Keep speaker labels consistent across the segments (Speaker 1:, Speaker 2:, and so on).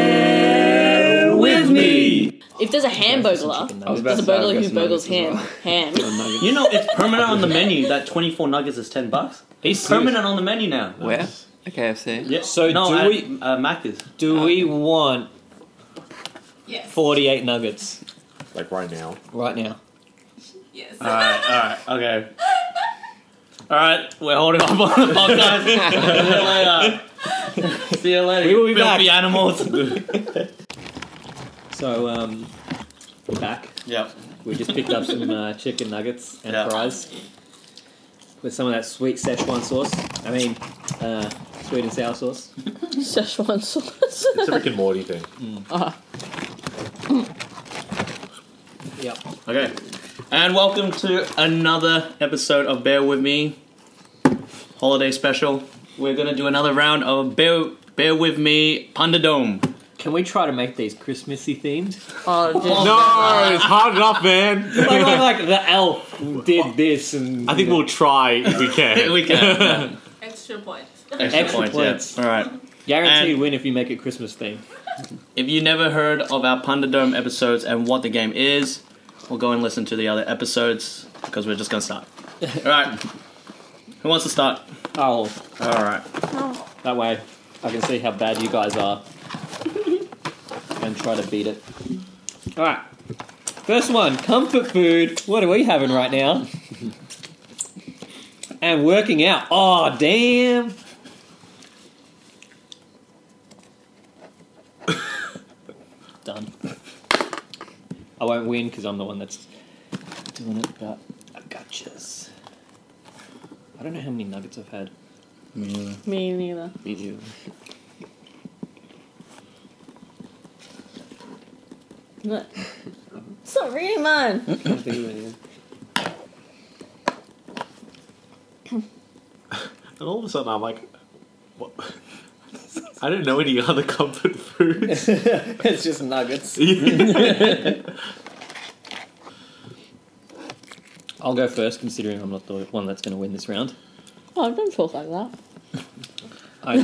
Speaker 1: Bear with me.
Speaker 2: If there's a ham burglar,
Speaker 3: I was
Speaker 2: there's a
Speaker 3: about to say, I'll
Speaker 2: burglar
Speaker 3: get
Speaker 2: who
Speaker 3: some
Speaker 2: burgles
Speaker 3: nuggets as
Speaker 2: ham. Ham.
Speaker 1: You know it's permanent on the menu that twenty four nuggets is ten bucks. It's permanent on the menu now.
Speaker 3: Where? Okay, KFC.
Speaker 1: Yeah.
Speaker 4: So
Speaker 1: no,
Speaker 4: do
Speaker 1: at,
Speaker 4: we-
Speaker 1: uh, Macca's.
Speaker 4: Do we want
Speaker 5: Yes.
Speaker 4: 48 nuggets
Speaker 6: Like right now.
Speaker 4: right now?
Speaker 5: Yes.
Speaker 1: All right. All right. Okay. All right. We're holding on for the podcast. See you later. See you later.
Speaker 4: We will be
Speaker 1: you filthy
Speaker 4: back.
Speaker 1: animals.
Speaker 4: So, um, we're back.
Speaker 1: yeah.
Speaker 4: We just picked up some uh, chicken nuggets and
Speaker 1: Yeah.
Speaker 4: fries with some of that sweet Szechuan sauce. I mean, uh, sweet and sour sauce.
Speaker 2: Szechuan sauce.
Speaker 6: It's a Rick and Morty thing.
Speaker 4: Yep.
Speaker 1: Okay. And welcome to another episode of Bear With Me Holiday Special. We're gonna do another round of Bear Bear With Me Pundadome.
Speaker 4: Can we try to make these Christmassy themed?
Speaker 2: Oh, dude.
Speaker 6: No, it's hard enough, man.
Speaker 4: Like, like, like the elf did this and.
Speaker 6: I think we'll try if we can.
Speaker 1: we can.
Speaker 5: Extra points.
Speaker 1: Extra,
Speaker 4: Extra
Speaker 1: points.
Speaker 4: points.
Speaker 1: Yeah. All right.
Speaker 4: Guaranteed
Speaker 1: and-
Speaker 4: win if you make it Christmas themed.
Speaker 1: If you never heard of our Pundadome episodes and what the game is, we'll go and listen to the other episodes because we're just gonna start. All right. Who wants to start?
Speaker 4: Oh,
Speaker 1: All right.
Speaker 4: that way I can see how bad you guys are and try to beat it. Alright. First one comfort food. What are we having right now? and working out. Oh, damn. Done. I won't win because I'm the one that's doing it, but I gotchas. I don't know how many nuggets I've had.
Speaker 2: Me neither.
Speaker 4: Me too.
Speaker 2: Sorry, man.
Speaker 6: And all of a sudden, I'm like, what? I don't know any other comfort foods.
Speaker 4: it's just nuggets. I'll go first, considering I'm not the one that's going to win this round.
Speaker 2: Oh, don't talk like that.
Speaker 4: I,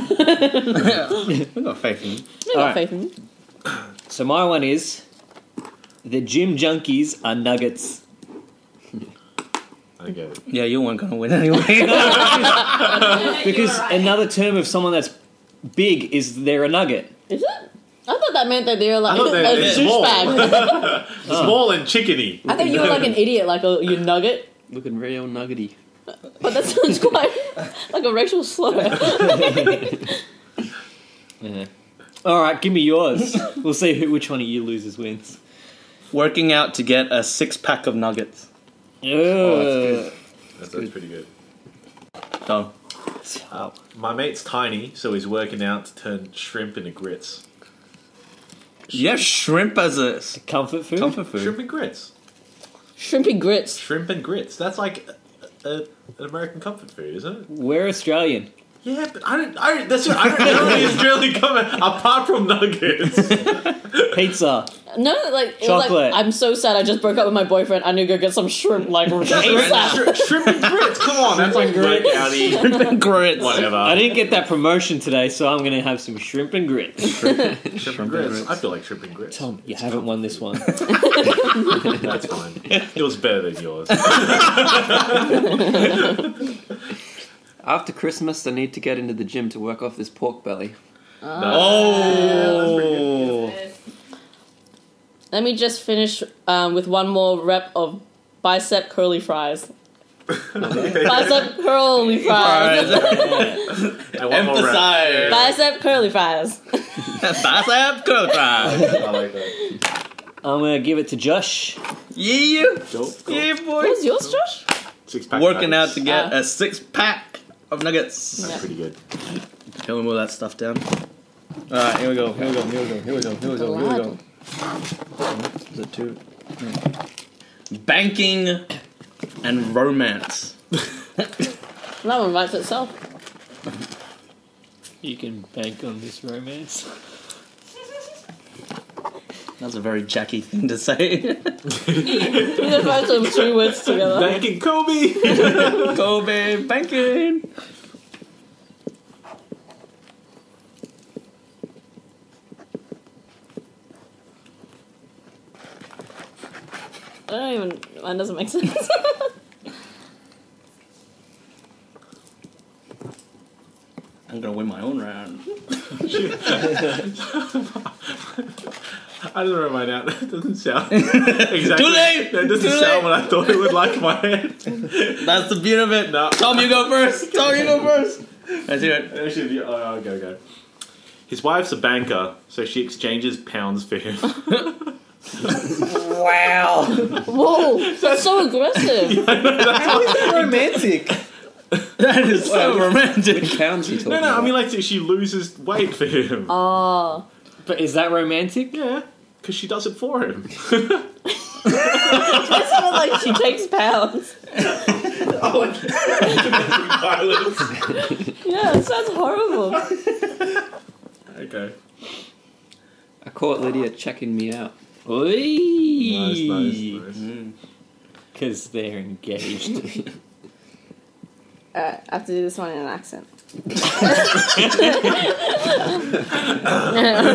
Speaker 1: We got faith in you.
Speaker 2: I got
Speaker 4: Alright.
Speaker 2: faith in you.
Speaker 4: so my one is the gym junkies are nuggets.
Speaker 6: I get it.
Speaker 1: Yeah, you weren't gonna win anyway.
Speaker 4: Because
Speaker 5: You're right.
Speaker 4: another term of someone that's big is they're a nugget.
Speaker 2: Is it? I thought that meant that they were like
Speaker 6: I thought they-
Speaker 2: a
Speaker 6: they're small.
Speaker 2: douchebag.
Speaker 6: Small and chickeny.
Speaker 2: I thought you were like an idiot, like a you nugget.
Speaker 3: Looking real nuggety.
Speaker 2: But that sounds quite like a racial slur.
Speaker 4: All right, give me yours. we'll see who, which one of you losers wins.
Speaker 1: Working out to get a six pack of nuggets.
Speaker 4: Oh,
Speaker 6: That's, that's pretty good.
Speaker 1: Done.
Speaker 6: Uh, my mate's tiny, so he's working out to turn shrimp into grits.
Speaker 1: Yeah, shrimp as a
Speaker 4: comfort food.
Speaker 1: comfort food.
Speaker 6: Shrimp and grits.
Speaker 2: Shrimpy grits.
Speaker 6: Shrimp and grits. That's like a, a, an American comfort food, isn't it?
Speaker 4: We're Australian.
Speaker 6: Yeah, but I don't. I don't that's what, I don't know any Australian comfort apart from nuggets.
Speaker 4: Pizza.
Speaker 2: No, like it was
Speaker 4: Chocolate.
Speaker 2: like I'm so sad. I just broke up with my boyfriend. I need to go get some shrimp. Like ASAP.
Speaker 6: Shri- shrimp and grits. Come on, that's like workouty.
Speaker 1: grits.
Speaker 4: I
Speaker 6: Whatever.
Speaker 4: didn't get that promotion today, so I'm gonna have some shrimp and grits.
Speaker 6: Shrimp and grits. I feel like shrimp and grits.
Speaker 4: Tom, you haven't won this one.
Speaker 6: That's fine. It was better than yours.
Speaker 3: After Christmas, I need to get into the gym to work off this pork belly.
Speaker 1: Oh.
Speaker 5: Yes.
Speaker 2: Let me just finish um, with one more rep of bicep curly fries. bicep curly fries.
Speaker 6: I want more rap.
Speaker 1: Emphasize.
Speaker 2: Bicep curly fries.
Speaker 1: Bicep curl fries.
Speaker 6: I like that.
Speaker 4: I'm gonna give it to Josh.
Speaker 1: Yeah.
Speaker 6: Cool, cool.
Speaker 1: Yeah,
Speaker 2: What
Speaker 1: boy.
Speaker 2: was yours, Josh?
Speaker 6: Six pack.
Speaker 1: Working out
Speaker 6: nuggets.
Speaker 1: to get
Speaker 2: Uh.
Speaker 1: a six pack of nuggets.
Speaker 6: That's pretty good.
Speaker 1: Killing all that stuff down. Alright, here we go. Here we go. Here we go. Here we go. Here we go. Here we go. Is it two? Banking and romance.
Speaker 2: That one writes itself.
Speaker 4: You can bank on this romance.
Speaker 1: That's a very Jackie thing to say.
Speaker 2: You just write them three words together.
Speaker 6: Banking Kobe.
Speaker 1: Kobe banking.
Speaker 2: I don't even. Mine doesn't make sense.
Speaker 1: I'm gonna win my own round.
Speaker 6: I don't know mine out. That doesn't sound exactly.
Speaker 1: Too late!
Speaker 6: That doesn't
Speaker 1: Too
Speaker 6: sound
Speaker 1: late!
Speaker 6: what I thought it would like my head.
Speaker 1: That's the beauty of it.
Speaker 6: No.
Speaker 1: Tom, you go first. Tom, you go first. Let's hear it.
Speaker 6: Actually, yeah, uh, go go. His wife's a banker, so she exchanges pounds for him.
Speaker 4: Wow.
Speaker 2: Whoa, that's so aggressive.
Speaker 4: How is that romantic?
Speaker 1: That is so romantic.
Speaker 3: Which pounds are you talking
Speaker 6: no, no, I
Speaker 3: about?
Speaker 6: mean like she loses weight for him.
Speaker 2: Oh,
Speaker 4: But is that romantic?
Speaker 6: Yeah, because she does it for him.
Speaker 2: that sounded like she takes pounds. Yeah, that sounds horrible.
Speaker 6: okay.
Speaker 3: I caught Lydia checking me out.
Speaker 6: Nice, nice,
Speaker 4: Because
Speaker 6: nice.
Speaker 4: they're engaged.
Speaker 2: Alright, I have to do this one in an accent.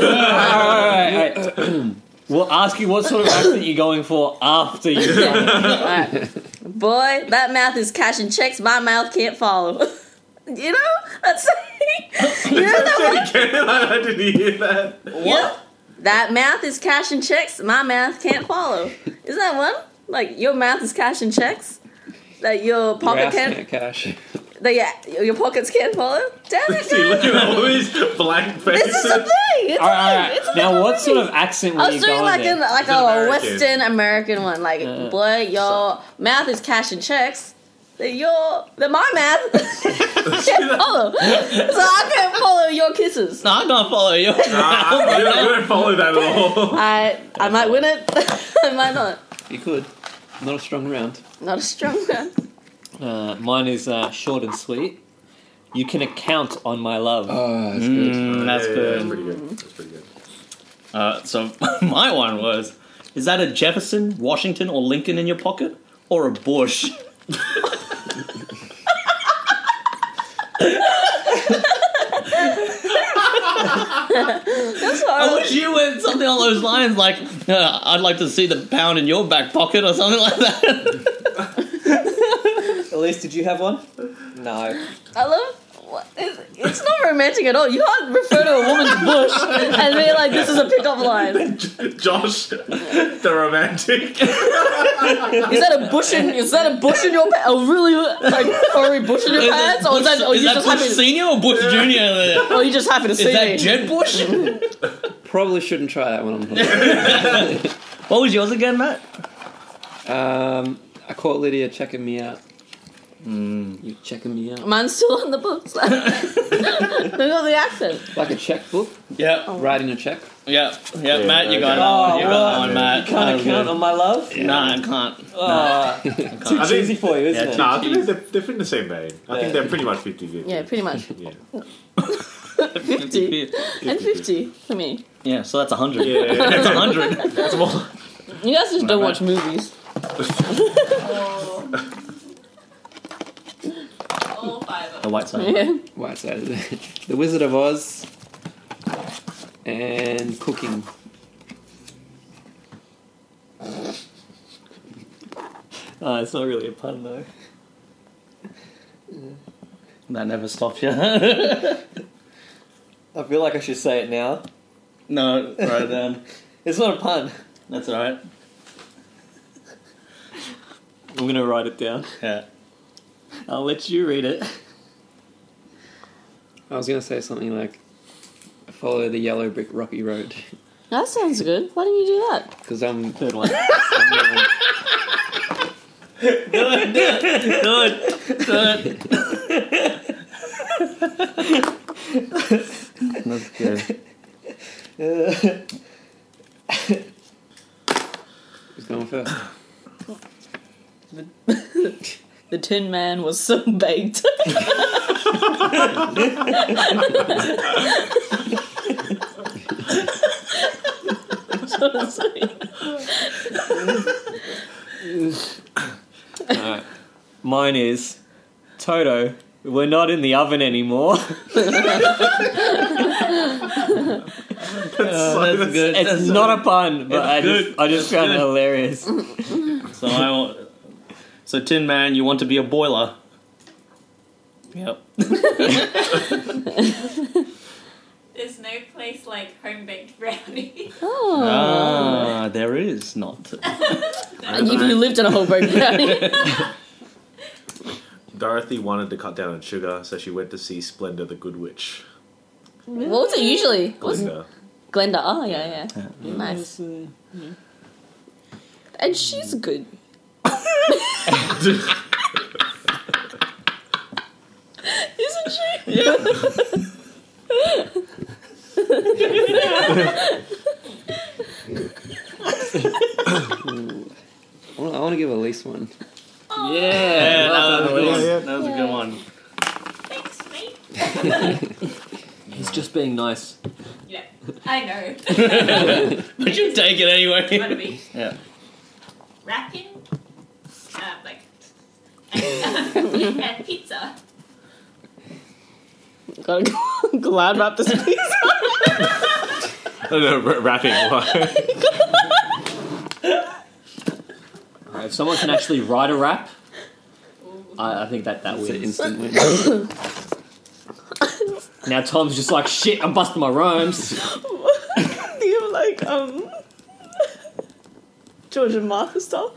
Speaker 4: Alright, alright, alright. We'll ask you what sort of accent you're going for after you.
Speaker 2: Alright. Boy, that mouth is cashing checks my mouth can't follow. you know? That's you know that one?
Speaker 6: Again, I didn't hear that.
Speaker 2: Yep. That mouth is cashing checks my mouth can't follow. Isn't that one? Like your mouth is cashing checks that your
Speaker 3: Your
Speaker 2: pocket
Speaker 3: ass
Speaker 2: can't
Speaker 3: can't cash.
Speaker 2: that your, your pockets can't follow. Damn it!
Speaker 6: See, look
Speaker 2: guys.
Speaker 6: at all these blank faces.
Speaker 2: This is a thing. It's a
Speaker 4: Alright, alright,
Speaker 2: thing. It's a
Speaker 4: alright. Now,
Speaker 2: thing
Speaker 4: what
Speaker 2: already.
Speaker 4: sort of accent were
Speaker 2: I
Speaker 4: you
Speaker 2: was doing
Speaker 4: going
Speaker 2: Oh, like
Speaker 4: in?
Speaker 2: an like
Speaker 6: an
Speaker 2: a
Speaker 6: American.
Speaker 2: Western American one, like
Speaker 4: Uh,
Speaker 2: boy, your mouth is cashing checks. that Your that my mouth can't follow, so I can't follow your kisses.
Speaker 1: No, I'm gonna follow you.
Speaker 6: Ah, I don't- I don't follow that at all.
Speaker 2: I I might win it, I might not.
Speaker 3: You could. Not a strong round.
Speaker 2: Not a strong man.
Speaker 4: Uh, mine is uh, short and sweet. You can account on my love.
Speaker 3: Oh, that's
Speaker 1: Mm, that's
Speaker 6: Yeah,
Speaker 1: good.
Speaker 6: That's pretty good. That's pretty good.
Speaker 1: Uh, so my one was: Is that a Jefferson, Washington, or Lincoln in your pocket, or a Bush?
Speaker 2: That's
Speaker 1: I
Speaker 2: horrible.
Speaker 1: wish you went something along those lines, like uh, I'd like to see the pound in your back pocket, or something like that.
Speaker 4: Elise, did you have one? No.
Speaker 2: I love. what- It's, it's not romantic at all. You can't refer to a woman's bush and be like, "This is a pickup line."
Speaker 6: Josh, the romantic.
Speaker 2: Is that a bush in? Is that a bush in your pants? A really like furry bush in your pants, or is that? Or
Speaker 1: is
Speaker 2: you
Speaker 1: that
Speaker 2: just
Speaker 1: Bush
Speaker 2: happy? To,
Speaker 1: Senior or Bush Junior?
Speaker 2: or you just happy to see
Speaker 1: Is
Speaker 2: me?
Speaker 1: that Jeb Bush?
Speaker 3: Probably shouldn't try that one on her.
Speaker 1: what was yours again, Matt?
Speaker 3: um, I caught Lydia checking me out.
Speaker 4: Mm.
Speaker 3: You're checking me out.
Speaker 2: Mine's still on the books. Look at the accent.
Speaker 3: Like a checkbook,
Speaker 1: Yeah,
Speaker 3: writing a check.
Speaker 1: yeah, yeah.
Speaker 6: Yeah,
Speaker 1: Matt, you got
Speaker 4: okay.
Speaker 1: that one. You got that
Speaker 4: Oh,
Speaker 1: one,
Speaker 6: what?
Speaker 1: Matt.
Speaker 4: Can't
Speaker 1: That was
Speaker 4: account
Speaker 1: good.
Speaker 4: on my love?
Speaker 1: Nah, I can't.
Speaker 4: Oh, too
Speaker 6: I think-
Speaker 4: cheesy for you, isn't
Speaker 1: Yeah,
Speaker 4: it?
Speaker 6: Nah, I think they're, they're in the same vein. I
Speaker 4: Yeah.
Speaker 6: think they're pretty much 50 50.
Speaker 2: Yeah, pretty much.
Speaker 6: Yeah.
Speaker 2: Fifty and fifty for me.
Speaker 1: Yeah, so that's a hundred.
Speaker 6: Yeah.
Speaker 1: That's a hundred.
Speaker 6: It's more-
Speaker 2: You guys just don't
Speaker 1: bad.
Speaker 2: watch movies.
Speaker 6: Oh,
Speaker 5: All five of
Speaker 1: The
Speaker 5: them.
Speaker 1: white side.
Speaker 2: Yeah.
Speaker 3: White side of the, the Wizard of Oz. And cooking.
Speaker 4: Oh, it's not really a pun, though.
Speaker 1: That never stops you. no,
Speaker 4: I feel like I should say it now.
Speaker 1: right then.
Speaker 4: It's not a pun.
Speaker 1: That's alright.
Speaker 4: I'm going to write it down.
Speaker 1: Yeah.
Speaker 4: I'll let you read it.
Speaker 3: I was going to say something like follow the yellow brick rocky road.
Speaker 2: That sounds good. Why didn't you do that?
Speaker 3: Because I'm.
Speaker 4: Third one.
Speaker 3: I'm the one-
Speaker 1: Good, good, good. That's good.
Speaker 3: who's going first?
Speaker 2: The Tin Man was so baked.
Speaker 4: Alright. Mine is Toto, we're not in the oven anymore.
Speaker 1: that's good.
Speaker 4: It's not a pun, but I
Speaker 1: good.
Speaker 4: just, I just found it hilarious.
Speaker 1: So I will. So Tin Man, you want to be a boiler? Yep.
Speaker 5: There's no place like home baked brownie.
Speaker 2: Oh.
Speaker 1: Ah, there is not.
Speaker 2: and if you lived in a whole break brownie.
Speaker 6: Dorothy wanted to cut down on sugar, so she went to see Splendor the Good Witch.
Speaker 2: what was it usually? What was it?
Speaker 6: Glinda.
Speaker 2: Glenda. Oh, yeah, yeah. Nice. And she's good. Isn't she?
Speaker 3: I want to give Elise one.
Speaker 5: Oh,
Speaker 4: Yeah.
Speaker 1: Yeah, that was,
Speaker 6: Yeah, yeah.
Speaker 1: that was a good one.
Speaker 5: Thanks, mate.
Speaker 4: He's just being nice.
Speaker 5: Yeah, I know.
Speaker 1: But you take it
Speaker 5: What to
Speaker 1: anyway.
Speaker 5: be
Speaker 1: Yeah.
Speaker 5: rapping, uh, like, and, and pizza.
Speaker 2: Gotta glad wrap this piece.
Speaker 6: Oh, no, r- rapping.
Speaker 4: Alright, if someone can actually write a rap,
Speaker 5: Ooh.
Speaker 4: I, I think that that
Speaker 3: It's an
Speaker 4: wins.
Speaker 3: instant win.
Speaker 4: Now Tom's just like, shit, I'm busting my rhymes.
Speaker 2: Do you have like um George and Martha style?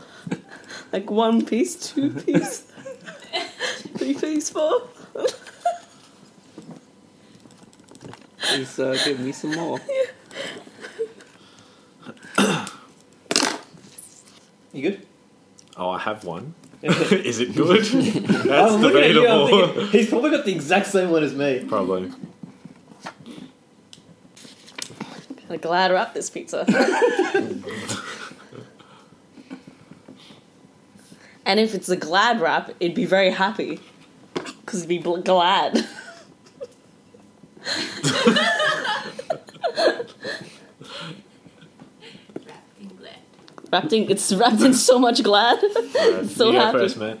Speaker 2: Like one piece, two piece, three piece, four.
Speaker 3: Please uh, give me some more.
Speaker 4: You good?
Speaker 6: oh, I have one. Is it good? That's
Speaker 4: I'm looking at you, I'm
Speaker 6: debatable.
Speaker 4: thinking, he's probably got the exact same one as me.
Speaker 6: Probably.
Speaker 2: Like glad wrap this pizza. and if it's a glad wrap, it'd be very happy. Because it'd be bl- glad.
Speaker 5: Rapping glad.
Speaker 2: Wrapped in, it's wrapped in so much glad.
Speaker 6: Alright,
Speaker 2: So
Speaker 6: Uh, you go
Speaker 2: happy.
Speaker 6: first, mate.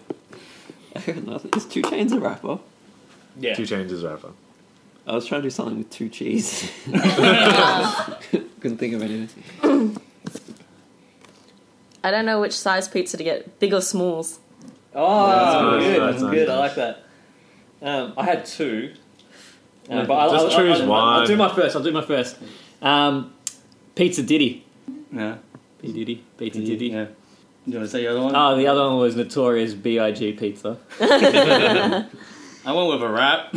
Speaker 3: Nothing. Is two chains a rapper?
Speaker 1: Yeah.
Speaker 6: Two changes, rapper.
Speaker 3: I was trying to do something with two cheese. Couldn't think of anything.
Speaker 2: I don't know which size pizza to get, big or smalls.
Speaker 4: Oh,
Speaker 6: That's nice,
Speaker 4: good,
Speaker 6: that's nice,
Speaker 4: good. I
Speaker 6: nice.
Speaker 4: like that. Um, I had two, um,
Speaker 6: Yeah,
Speaker 4: but I'll,
Speaker 6: just
Speaker 4: I'll,
Speaker 6: choose
Speaker 4: I'll, I'll,
Speaker 6: one.
Speaker 4: I'll do my first. I'll do my first. Um, pizza Diddy.
Speaker 1: Yeah.
Speaker 4: P Diddy. Pizza
Speaker 1: Did
Speaker 4: Diddy.
Speaker 1: you? Yeah. Ah. Do you want to say the other one?
Speaker 4: Oh, the other one was Notorious B.I.G. Pizza.
Speaker 1: I went with a rap.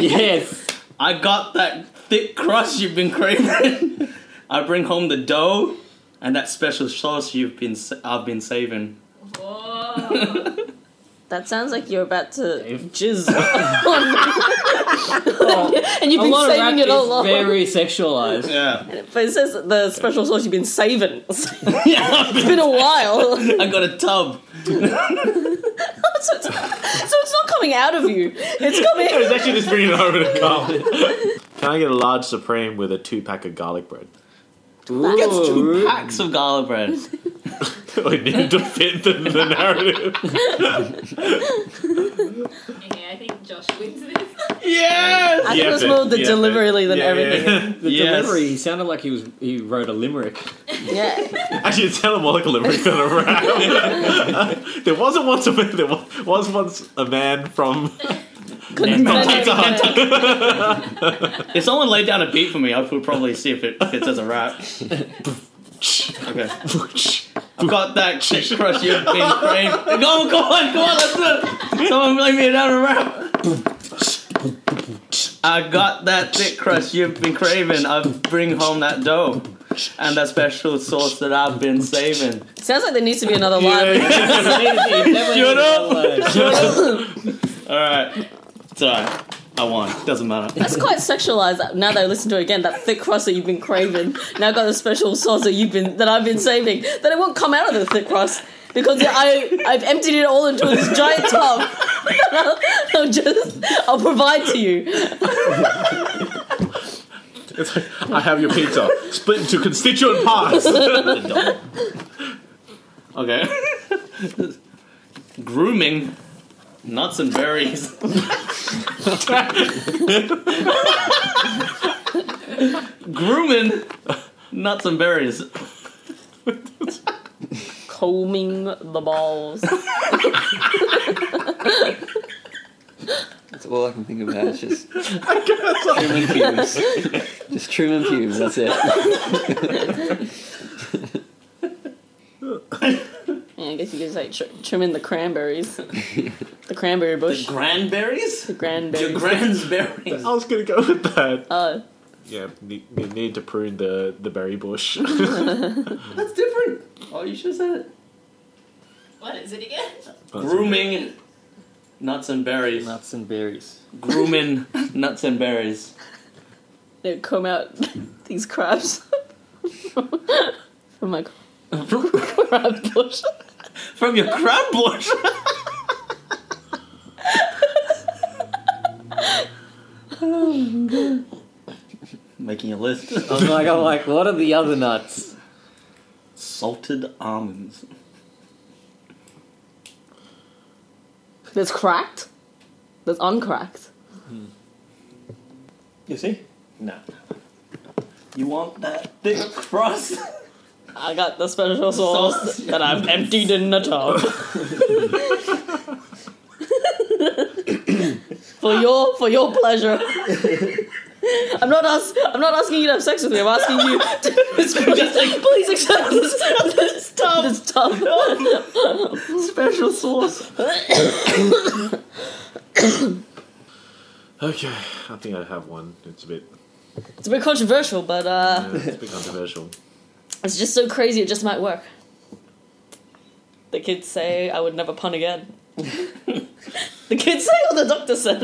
Speaker 4: Yes.
Speaker 1: I got that thick crust you've been craving. I bring home the dough and that special sauce you've been sa- I've been saving.
Speaker 5: Whoa.
Speaker 2: That sounds like you're about to
Speaker 4: If-
Speaker 2: jizz. and you've
Speaker 4: A
Speaker 2: been
Speaker 4: lot of rap
Speaker 2: saving it all along.
Speaker 4: is very sexualized.
Speaker 1: Yeah.
Speaker 2: But it says the special sauce you've been saving. it's been a while. so,
Speaker 1: I got a tub.
Speaker 2: it's, so it's not coming out of you. It's coming.
Speaker 6: It's actually just bringing it over to Carl. Can I get a large supreme with a two pack of garlic bread?
Speaker 1: That's two packs of garlic bread.
Speaker 6: I need to fit the, the narrative.
Speaker 5: okay, I think Josh wins this.
Speaker 1: Yes.
Speaker 2: I think it was
Speaker 6: Yeah,
Speaker 2: more
Speaker 6: but-
Speaker 2: the
Speaker 6: yeah,
Speaker 2: delivery than everything.
Speaker 4: The
Speaker 1: Yes.
Speaker 4: delivery he sounded like he was he wrote a limerick.
Speaker 2: Yeah.
Speaker 6: Actually, it sounded more like a limerick than a rap. there wasn't once a there was, was once a man from
Speaker 2: Couldn't
Speaker 1: Nantucket.
Speaker 2: manage it.
Speaker 1: If someone laid down a beat for me, I would probably see if it fits as a rap. Okay. I've got that shit crush you've been craving. Go on, go on, go on, let's do it. Someone lay me down a rap. I got that thick crust you've been craving. I bring home that dough and that special sauce that I've been saving.
Speaker 2: Sounds like there needs to be another line.
Speaker 4: Shut up!
Speaker 1: All right, it's all right. I won. Doesn't matter.
Speaker 2: That's quite sexualized. Now that I listen to it again, that thick crust that you've been craving. Now I've got the special sauce that you've been that I've been saving. That it won't come out of the thick crust because I I've emptied it all into this giant tub. I'll, I'll just I'll provide to you.
Speaker 6: It's like, I have your pizza split into constituent parts.
Speaker 1: Okay. Grooming nuts and berries. Grooming nuts and berries.
Speaker 2: combing the balls.
Speaker 3: That's all I can think about. It's just
Speaker 6: I guess
Speaker 3: trimming pubes. just trimming pubes. That's it.
Speaker 2: yeah, I guess you could say tr- trimming the cranberries, the cranberry
Speaker 1: The
Speaker 2: bush,
Speaker 1: Granberries?
Speaker 2: the cranberries.
Speaker 1: Your Gransberries.
Speaker 6: I was gonna go with that.
Speaker 2: oh,
Speaker 6: Yeah, ne- you need to prune the, the berry bush.
Speaker 1: That's different. Oh, you should have said it.
Speaker 5: What is it again?
Speaker 1: Grooming nuts and berries.
Speaker 4: Nuts and berries.
Speaker 1: Grooming nuts and berries.
Speaker 2: they would comb out these crabs from my crab bush.
Speaker 1: From your crab bush. Making a list.
Speaker 4: I'm like, I'm like, what are the other nuts?
Speaker 1: Salted almonds.
Speaker 2: That's cracked. That's uncracked.
Speaker 4: You see?
Speaker 1: No. You want that thick crust?
Speaker 2: I got the special sauce,
Speaker 1: Sauce.
Speaker 2: that I've emptied in the tub. for your for your pleasure. I'm not ask, I'm not asking you to have sex with me. I'm asking you to please, please accept this this tub. This tub.
Speaker 1: Special sauce.
Speaker 6: okay, I think I have one. It's a bit,
Speaker 2: It's a bit controversial, but uh,
Speaker 6: yeah, it's a bit controversial.
Speaker 2: it's just so crazy. It just might work. The kids say I would never pun again. the kids say, or the doctor said.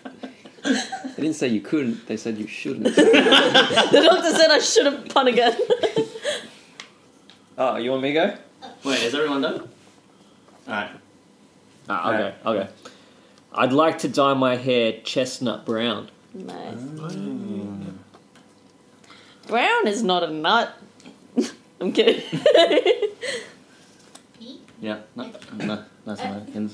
Speaker 3: They didn't say you couldn't. They said you shouldn't.
Speaker 2: The doctor said I shouldn't pun again.
Speaker 4: Oh, you want me to go?
Speaker 1: Wait, is everyone done? Alright.
Speaker 4: Ah, okay, okay. I'd like to dye my hair chestnut brown.
Speaker 2: Nice. Brown is not a nut. I'm kidding.
Speaker 5: Me?
Speaker 1: Yeah. No, no, that's not it.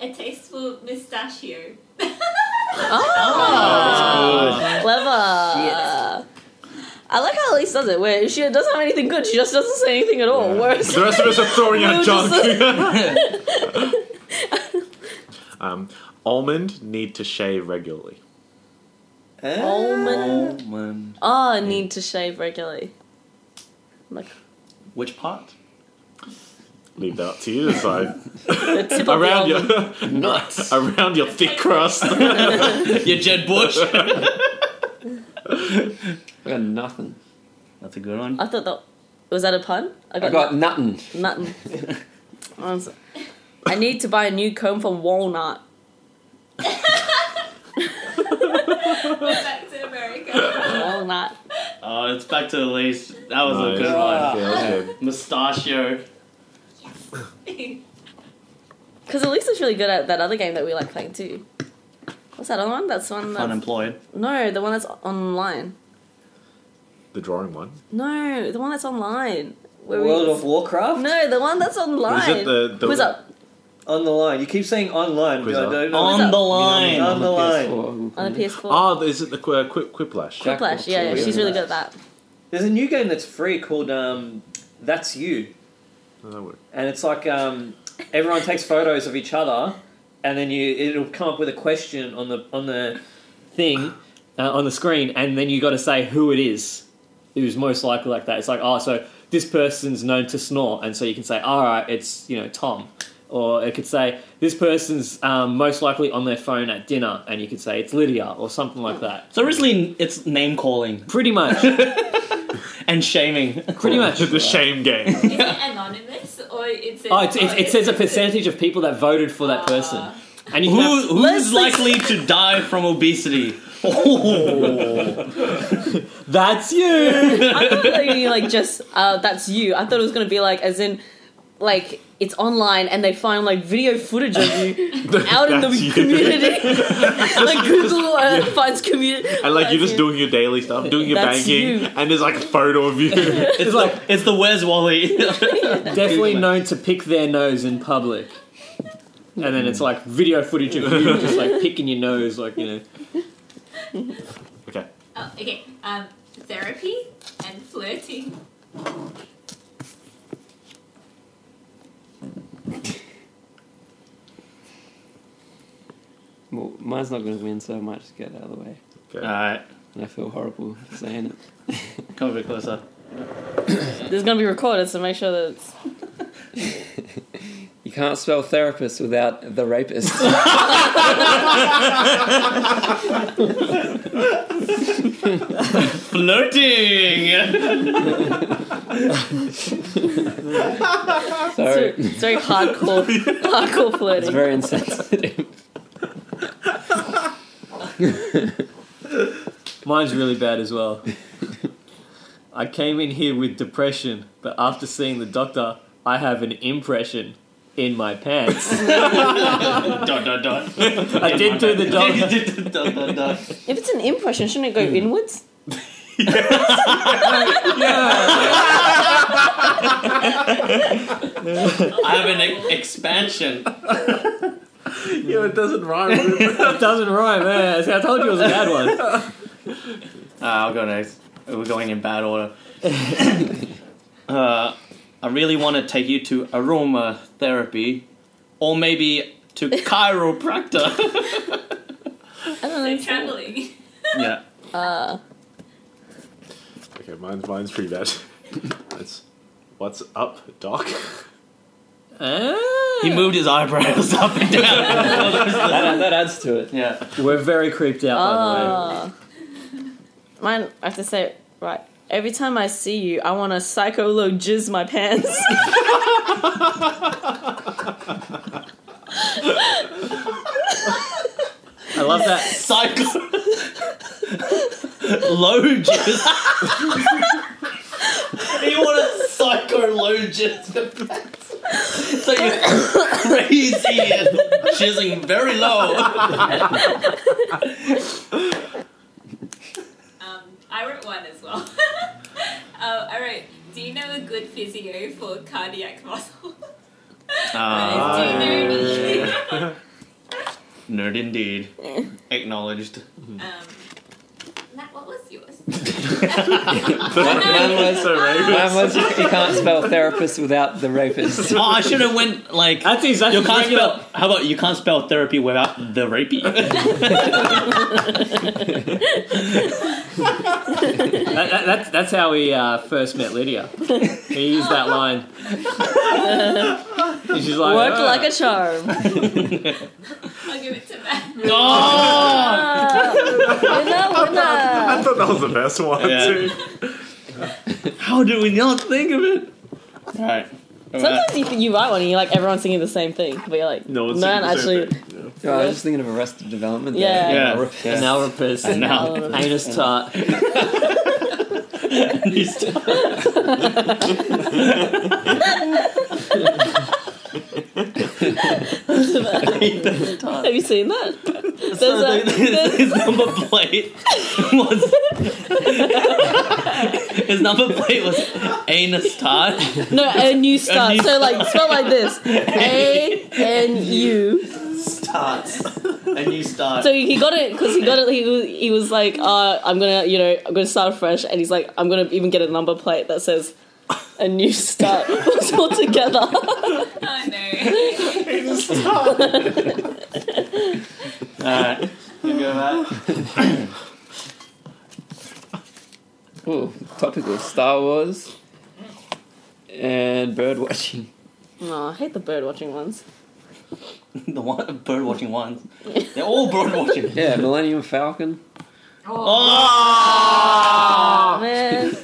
Speaker 5: A tasteful mustachio.
Speaker 2: Oh.
Speaker 5: Ah!
Speaker 2: Ah, Clever. I like how Elise does it, where she doesn't have anything good, she just doesn't say anything at all. Whereas
Speaker 6: The rest of us are throwing
Speaker 2: We were
Speaker 6: out
Speaker 2: just-
Speaker 6: junk. um, almond need to shave regularly.
Speaker 2: almond.
Speaker 1: Almond.
Speaker 2: Oh, I need to shave regularly. Like
Speaker 1: Which part?
Speaker 6: Leave that to you to decide.
Speaker 2: the tip of
Speaker 6: around
Speaker 2: the
Speaker 6: your
Speaker 2: almond.
Speaker 3: Nuts.
Speaker 6: around your thick crust.
Speaker 1: Your Jed Bush.
Speaker 3: I got nothing.
Speaker 1: That's a good one.
Speaker 2: I thought that was that a pun?
Speaker 3: I got nothing.
Speaker 2: nothing. I'm so- I need to buy a new comb from Walnut.
Speaker 5: Back to America.
Speaker 2: Walnut.
Speaker 1: Oh, it's back to the least. That was a
Speaker 6: Nice.
Speaker 1: good one.
Speaker 6: Yeah, that was good.
Speaker 1: Mustachio.
Speaker 2: Because Elisa's really good at that other game that we like playing too. What's that other one? That's the one that's.
Speaker 1: Unemployed.
Speaker 2: No, the one that's online.
Speaker 6: The drawing one.
Speaker 2: No, the one that's online. Where we-
Speaker 4: World of Warcraft?
Speaker 2: No, the one that's online.
Speaker 6: it the- the-
Speaker 2: Who's up?
Speaker 4: On the line. You keep saying online.
Speaker 6: Quiz
Speaker 4: but I
Speaker 6: up.
Speaker 4: don't know.
Speaker 2: What's
Speaker 1: On
Speaker 2: up?
Speaker 1: the line.
Speaker 4: On the line.
Speaker 2: On the PS4.
Speaker 6: Ah, is it the qu- uh, Quip Quiplash?
Speaker 3: Jack
Speaker 2: Flash, yeah, yeah,
Speaker 3: Box,
Speaker 2: she's really good at that.
Speaker 4: There's a new game that's free called um, That's You.
Speaker 6: No, Oh, that worked.
Speaker 4: And it's like um, everyone takes photos of each other and then you it'll come up with a question on the on the thing uh, on the screen and then you got to say who it is who's most likely like that. It's like, oh, so this person's known to snore, and so you can say, all right, it's you know Tom, or it could say this person's um, most likely on their phone at dinner, and you could say it's Lydia or something like that.
Speaker 1: So originally, it's name calling
Speaker 4: Pretty much,
Speaker 1: and shaming.
Speaker 4: pretty much.
Speaker 6: the shame game.
Speaker 5: Is it anonymous or it's
Speaker 4: Oh, it, it, it says a percentage of people that voted for that person,
Speaker 5: Oh,
Speaker 4: and you can
Speaker 1: Who,
Speaker 4: have-
Speaker 1: who's likely to die from obesity? Oh.
Speaker 4: that's you.
Speaker 2: I thought it was gonna be like just uh, that's you. I thought it was gonna be like as in like it's online and they find like video footage of you out in the
Speaker 6: That's you.
Speaker 2: community. like Google uh, finds community.
Speaker 6: And like you're
Speaker 2: finds
Speaker 6: just doing your daily stuff, doing your
Speaker 2: That's
Speaker 6: banking,
Speaker 2: you.
Speaker 6: and there's like a photo of you.
Speaker 1: It's like it's the Where's Wally.
Speaker 4: definitely known to pick their nose in public. And then it's like video footage of you just like picking your nose, like you know.
Speaker 6: okay.
Speaker 5: Oh, okay. Um, therapy and flirting.
Speaker 3: Well, mine's not going to win, so I might just get it out of the way.
Speaker 6: Okay.
Speaker 1: Alright,
Speaker 3: And I feel horrible for saying it.
Speaker 1: come a bit closer.
Speaker 2: There's gonna be recorded, so make sure that it's.
Speaker 3: You can't spell therapist without the rapist.
Speaker 1: Flirting!
Speaker 3: so
Speaker 2: It's, very hardcore, hardcore
Speaker 3: it's
Speaker 2: flirting.
Speaker 3: very insensitive.
Speaker 4: Mine's really bad as well. I came in here with depression, but after seeing the doctor, I have an impression in my pants.
Speaker 1: dot dot dot.
Speaker 4: I did do the doctor.
Speaker 1: dot dot dot.
Speaker 2: If it's an impression, shouldn't it go inwards?
Speaker 1: I have an e- expansion.
Speaker 6: Yeah, it doesn't rhyme. with it.
Speaker 4: It doesn't rhyme, man. See, I told you it was a bad one.
Speaker 1: Uh, I'll go next. We're going in bad order. uh, I really want to take you to aroma therapy, or maybe to chiropractor.
Speaker 2: I don't
Speaker 5: So
Speaker 2: know.
Speaker 5: traveling.
Speaker 1: yeah.
Speaker 2: Uh,
Speaker 6: okay, mine's mine's pretty bad. That's what's up, Doc.
Speaker 1: He moved his eyebrows up and down.
Speaker 3: That, that adds to it.
Speaker 1: yeah.
Speaker 4: We're very creeped out, by the
Speaker 2: ah.
Speaker 4: way.
Speaker 2: Mine, I have to say, right. Every time I see you, I want to psycho low jizz my pants.
Speaker 4: I love that.
Speaker 1: Psycho. Loges. you want a psycho loges. So you're crazy and jizzing very low.
Speaker 5: Um, I wrote one as well. uh, I wrote, do you know a good physio for cardiac muscle? do you know any?
Speaker 1: Nerd indeed. Acknowledged.
Speaker 5: um, Matt, what was yours? Ah,
Speaker 3: Mine, mine was,
Speaker 6: So Raven.
Speaker 3: mine was you can't spell therapist without the rapist.
Speaker 1: Oh, I should have went like.
Speaker 4: That's his. That's
Speaker 1: You
Speaker 4: his
Speaker 1: can't
Speaker 4: regular-
Speaker 1: spell. How about you can't spell therapy without the rapey?
Speaker 4: That, that, that's, that's how we uh, first met Lydia. He used that line. And she's like,
Speaker 2: Work
Speaker 4: "Oh."
Speaker 2: like a charm.
Speaker 5: I'll give it to Matt.
Speaker 1: oh!
Speaker 2: Ah, winner, winner.
Speaker 6: I thought that was the best one
Speaker 1: Yeah.
Speaker 6: too.
Speaker 1: How did we not think of it? Right.
Speaker 2: Sometimes you, you write one and you're like everyone's singing the same thing, but you're like,
Speaker 6: No,
Speaker 2: no,
Speaker 6: it's
Speaker 2: man,
Speaker 6: the same
Speaker 2: actually,
Speaker 6: thing. Yeah.
Speaker 3: Oh, I was just thinking of Arrested Development.
Speaker 2: Yeah.
Speaker 3: There.
Speaker 1: Yeah.
Speaker 3: Rapist.
Speaker 1: Yeah.
Speaker 4: Now rapist.
Speaker 1: And Uh, now
Speaker 2: Oh.
Speaker 4: Anus tart.
Speaker 2: have you seen that? There's
Speaker 1: So
Speaker 2: a,
Speaker 1: his, his number plate was his number plate was anus tart.
Speaker 2: no, a new start.
Speaker 1: new
Speaker 2: so like, spell like this: A N U.
Speaker 1: Starts a new start.
Speaker 2: So he got it because he got it. He was, he was like, uh, I'm gonna, you know, I'm gonna start fresh, and he's like, I'm gonna even get a number plate that says. A new start was all together.
Speaker 5: Oh no.
Speaker 1: Alright. You go back.
Speaker 3: Ooh, topical. Star Wars and bird watching.
Speaker 2: Oh, I hate the bird watching ones.
Speaker 1: The one bird watching ones. They're all bird watching.
Speaker 3: Yeah, Millennium Falcon.
Speaker 5: Oh,
Speaker 1: Oh!
Speaker 2: Man,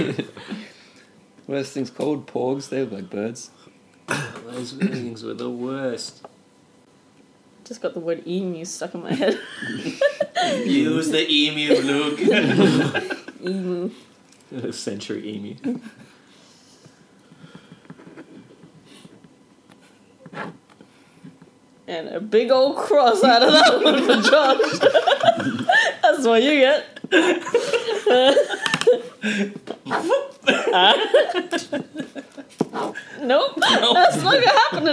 Speaker 3: What are those things called? Porgs? They look like birds.
Speaker 4: Those things were the worst.
Speaker 2: just got the word emu stuck in my head.
Speaker 1: Use the emu, Luke.
Speaker 2: Emu.
Speaker 4: Century emu.
Speaker 2: And a big old cross out of that one for Josh. That's what you get. Uh, nope, that's not gonna happen.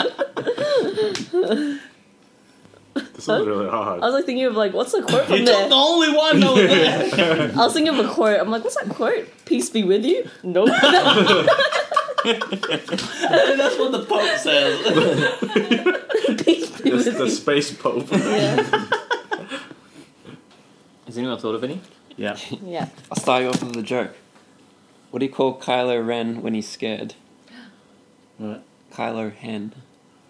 Speaker 6: This was really hard.
Speaker 2: I was like thinking of like, what's the quote
Speaker 1: You're not
Speaker 2: from there?
Speaker 1: the only one that was there.
Speaker 2: I was thinking of a quote. I'm like, what's that quote? Peace be with you. Nope.
Speaker 1: That's what the Pope says.
Speaker 2: Peace be
Speaker 6: the, the space pope.
Speaker 2: Yeah.
Speaker 4: Has anyone thought of any?
Speaker 1: Yeah.
Speaker 2: yeah.
Speaker 3: I'll start you off with a joke. What do you call Kylo Ren when he's scared?
Speaker 1: What?
Speaker 3: Kylo Hen.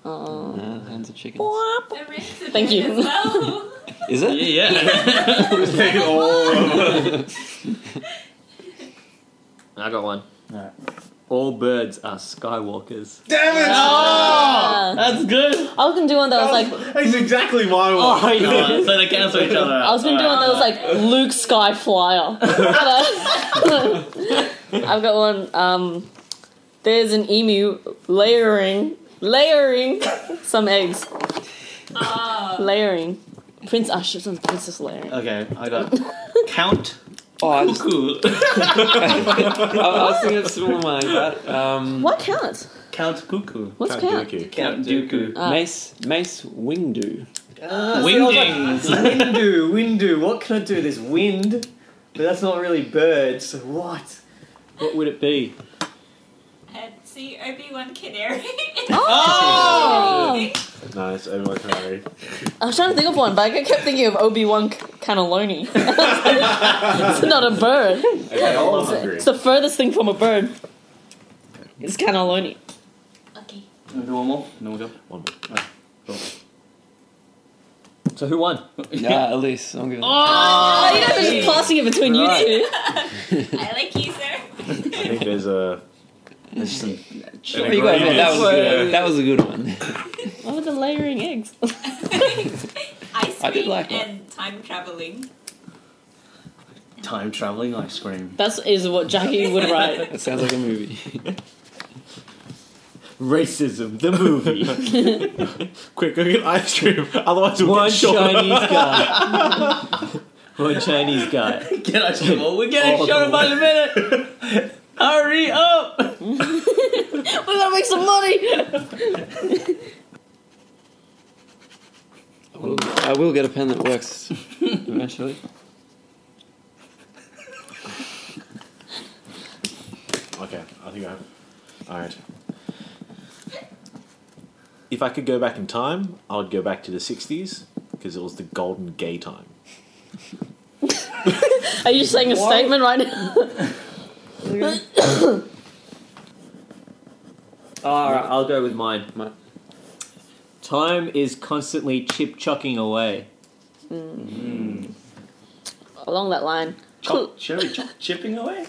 Speaker 2: Oh.
Speaker 3: Uh, hens are chickens.
Speaker 5: The rings are
Speaker 2: Thank
Speaker 5: good
Speaker 2: you.
Speaker 5: As well.
Speaker 3: Is it?
Speaker 1: Yeah. yeah.
Speaker 6: Take it all over.
Speaker 4: I got one.
Speaker 1: Alright.
Speaker 4: All birds are Skywalkers.
Speaker 6: Ah.
Speaker 1: Oh, that's good.
Speaker 2: I was gonna do one that was like
Speaker 6: That's exactly my one.
Speaker 4: Oh,
Speaker 1: Uh, so they cancel each other out.
Speaker 2: I was gonna do one that was like Luke Skyflyer. I've got one. Um, there's an emu layering, layering some eggs,
Speaker 5: Oh.
Speaker 2: layering. Prince Ash is on Princess layering.
Speaker 1: Okay, I got Count
Speaker 3: Oh, I, just,
Speaker 1: Cuckoo.
Speaker 3: I, Oh, I was thinking of someone like that. Um,
Speaker 2: What counts?
Speaker 1: Count Cuckoo.
Speaker 2: What's
Speaker 6: Can't
Speaker 2: count?
Speaker 6: do it, Q.
Speaker 1: Count Dooku.
Speaker 2: Ah.
Speaker 3: Mace Mace Wingdu.
Speaker 4: Uh,
Speaker 1: Wingdings.
Speaker 4: windu, windu, what can I do? There's wind, but that's not really birds. So what? What would it be?
Speaker 5: And see Obi Wan Canary.
Speaker 2: Oh!
Speaker 6: Nice, everyone can marry.
Speaker 2: I was trying to think of one, but I kept thinking of Obi Wan Cannelloni. it's not a bird.
Speaker 6: Okay, I'm
Speaker 5: all
Speaker 6: hungry.
Speaker 2: It's the furthest thing from a bird. It's cannelloni.
Speaker 5: okay.
Speaker 1: Do one more. No, we go.
Speaker 6: One
Speaker 4: So who won?
Speaker 3: Yeah, Elise. I'm gonna.
Speaker 2: Oh, you guys are just passing it between
Speaker 4: Right.
Speaker 2: you two.
Speaker 5: I like you, sir.
Speaker 6: I think there's a.
Speaker 1: There's some
Speaker 6: an
Speaker 3: You got it. That was a good. One.
Speaker 6: ingredient.
Speaker 3: That was a good one.
Speaker 2: Why were the layering eggs?
Speaker 5: Ice
Speaker 3: I did
Speaker 5: cream
Speaker 3: like that.
Speaker 5: and time traveling.
Speaker 1: time traveling ice cream.
Speaker 2: That's is what Jackie would write.
Speaker 3: That sounds like a movie.
Speaker 4: Racism, the movie.
Speaker 6: Quick, go get ice cream. Otherwise, we'll
Speaker 4: One
Speaker 6: get shot.
Speaker 4: Chinese guy. One Chinese guy.
Speaker 1: Get ice cream. Oh, we're getting
Speaker 4: All the
Speaker 1: shot by the minute. Hurry up!
Speaker 2: we gotta make some money.
Speaker 3: I will- I will get a pen that works eventually.
Speaker 6: Okay, I think I have. Alright. If I could go back in time, I would go back to the 60s because it was the golden gay time.
Speaker 2: Are you saying a statement right now?
Speaker 4: Alright, I'll go with mine.
Speaker 3: Mine.
Speaker 4: Time is constantly chip chucking away.
Speaker 2: Along that line. Cool.
Speaker 1: Chop, cherry chop, chipping away.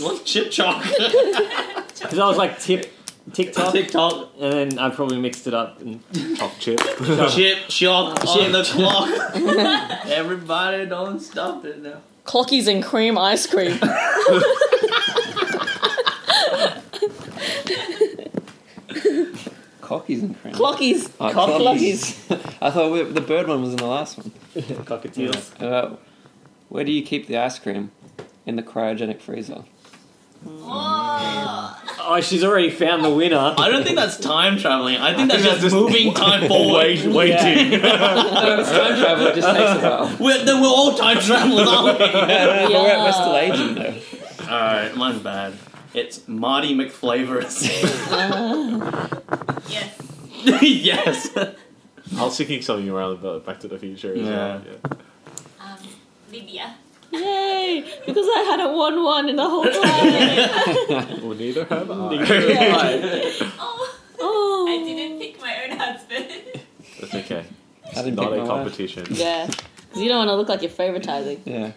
Speaker 1: What's chip chalk?
Speaker 4: Because I was like tip, tick tock,
Speaker 1: Tick tock.
Speaker 4: and then I probably mixed it up. And
Speaker 6: Top chip.
Speaker 1: Chip chalk on the clock. Everybody, don't stop it now.
Speaker 2: Clockies and cream ice cream.
Speaker 3: Cockies and cream.
Speaker 2: Clockies.
Speaker 3: Oh,
Speaker 2: Clockies.
Speaker 3: I thought we, the bird one was in the last one.
Speaker 4: cockatiels.
Speaker 3: Uh, where do you keep the ice cream? In the cryogenic freezer.
Speaker 5: Oh.
Speaker 4: Oh, she's already found the winner.
Speaker 1: I don't think that's time traveling. I think that's
Speaker 6: think
Speaker 1: just
Speaker 6: that's just-
Speaker 1: moving time
Speaker 6: Wait,
Speaker 1: forward.
Speaker 6: waiting.
Speaker 3: No, it's time travel. It just takes a while.
Speaker 1: We're, then we're all time travelers, aren't we?
Speaker 3: Yeah, We're at we're still
Speaker 2: Yeah.
Speaker 3: aging though.
Speaker 1: Alright, mine's bad. It's Marty McFlavors.
Speaker 5: Yes.
Speaker 1: yes.
Speaker 6: I was thinking something around about Back to the Future as well.
Speaker 1: Yeah.
Speaker 6: Yeah.
Speaker 5: Um, Lydia.
Speaker 2: Yay! Because I hadn't won one in the whole time.
Speaker 6: Well, neither have I.
Speaker 5: Oh.
Speaker 2: Oh.
Speaker 5: I didn't pick my own husband.
Speaker 6: That's okay.
Speaker 3: I didn't
Speaker 6: Not
Speaker 3: pick
Speaker 6: a
Speaker 3: my wife.
Speaker 6: competition.
Speaker 2: Yeah. 'Cause you don't want to look like you're favoritizing.
Speaker 3: Yeah.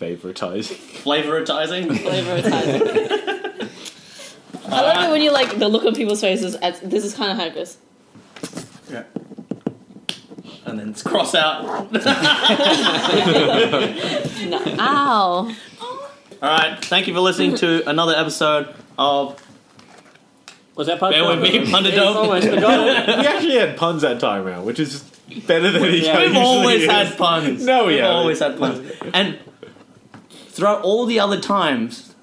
Speaker 6: Favoritizing.
Speaker 1: Flavoritizing.
Speaker 2: Favoritizing. I love
Speaker 1: Uh.
Speaker 2: it when you like the look on people's faces. At, this is kind of how it goes.
Speaker 1: Yeah. And then it's cross out.
Speaker 2: No. Ow.
Speaker 5: Oh.
Speaker 1: Alright, thank you for listening to another episode of
Speaker 4: Was that part
Speaker 1: Bear With Me, Thunderdome.
Speaker 4: Almost forgot.
Speaker 6: we actually had puns that time round, which is better than he
Speaker 4: Yeah,
Speaker 1: We've
Speaker 6: usually
Speaker 1: always
Speaker 6: is.
Speaker 1: had puns.
Speaker 6: No, we
Speaker 1: We've
Speaker 6: haven't.
Speaker 1: always had puns. And throughout all the other times,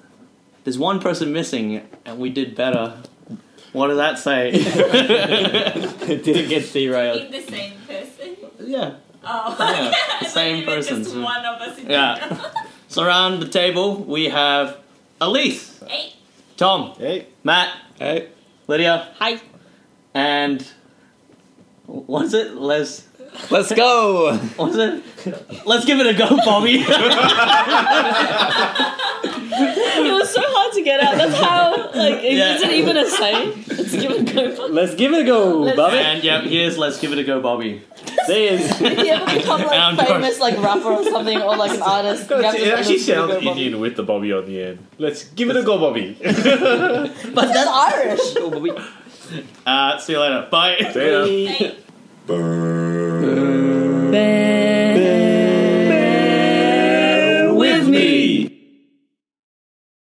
Speaker 1: there's one person missing, and we did better. What does that say?
Speaker 4: it didn't get derailed.
Speaker 5: Being the same person.
Speaker 1: yeah.
Speaker 5: Oh.
Speaker 1: Yeah, the
Speaker 5: I thought
Speaker 1: same
Speaker 5: you meant
Speaker 1: person,
Speaker 5: Just
Speaker 1: so-
Speaker 5: one of us in
Speaker 1: Yeah.
Speaker 5: general.
Speaker 1: So around the table, we have Elise,
Speaker 5: Hey.
Speaker 1: Tom,
Speaker 6: Hey.
Speaker 1: Matt,
Speaker 3: Hey.
Speaker 1: Lydia,
Speaker 2: Hi.
Speaker 1: and was it? Let's
Speaker 3: Let's go.
Speaker 1: was it? Let's give it a go, Bobby.
Speaker 2: It was so hard to get out. That's how like it
Speaker 1: Yeah.
Speaker 2: not even a saying. It's given go for.
Speaker 4: Let's give it a go,
Speaker 2: Let's-
Speaker 4: Bobby.
Speaker 1: and yep, here's let's give it a go, Bobby.
Speaker 4: There he is.
Speaker 2: If you ever become
Speaker 1: I'm
Speaker 2: like
Speaker 1: George.
Speaker 2: famous, like rapper or something, or like an artist, you have to
Speaker 6: It actually
Speaker 2: say,
Speaker 6: sounds
Speaker 2: "Let's give it a go, Bobby."
Speaker 6: Indian with the Bobby on the end. Let's give it a go, Bobby.
Speaker 2: But that's Irish.
Speaker 3: Go, Bobby.
Speaker 1: Uh, see you later. Bye.
Speaker 6: Say it.
Speaker 5: Hey,
Speaker 7: Burn.
Speaker 3: Burn.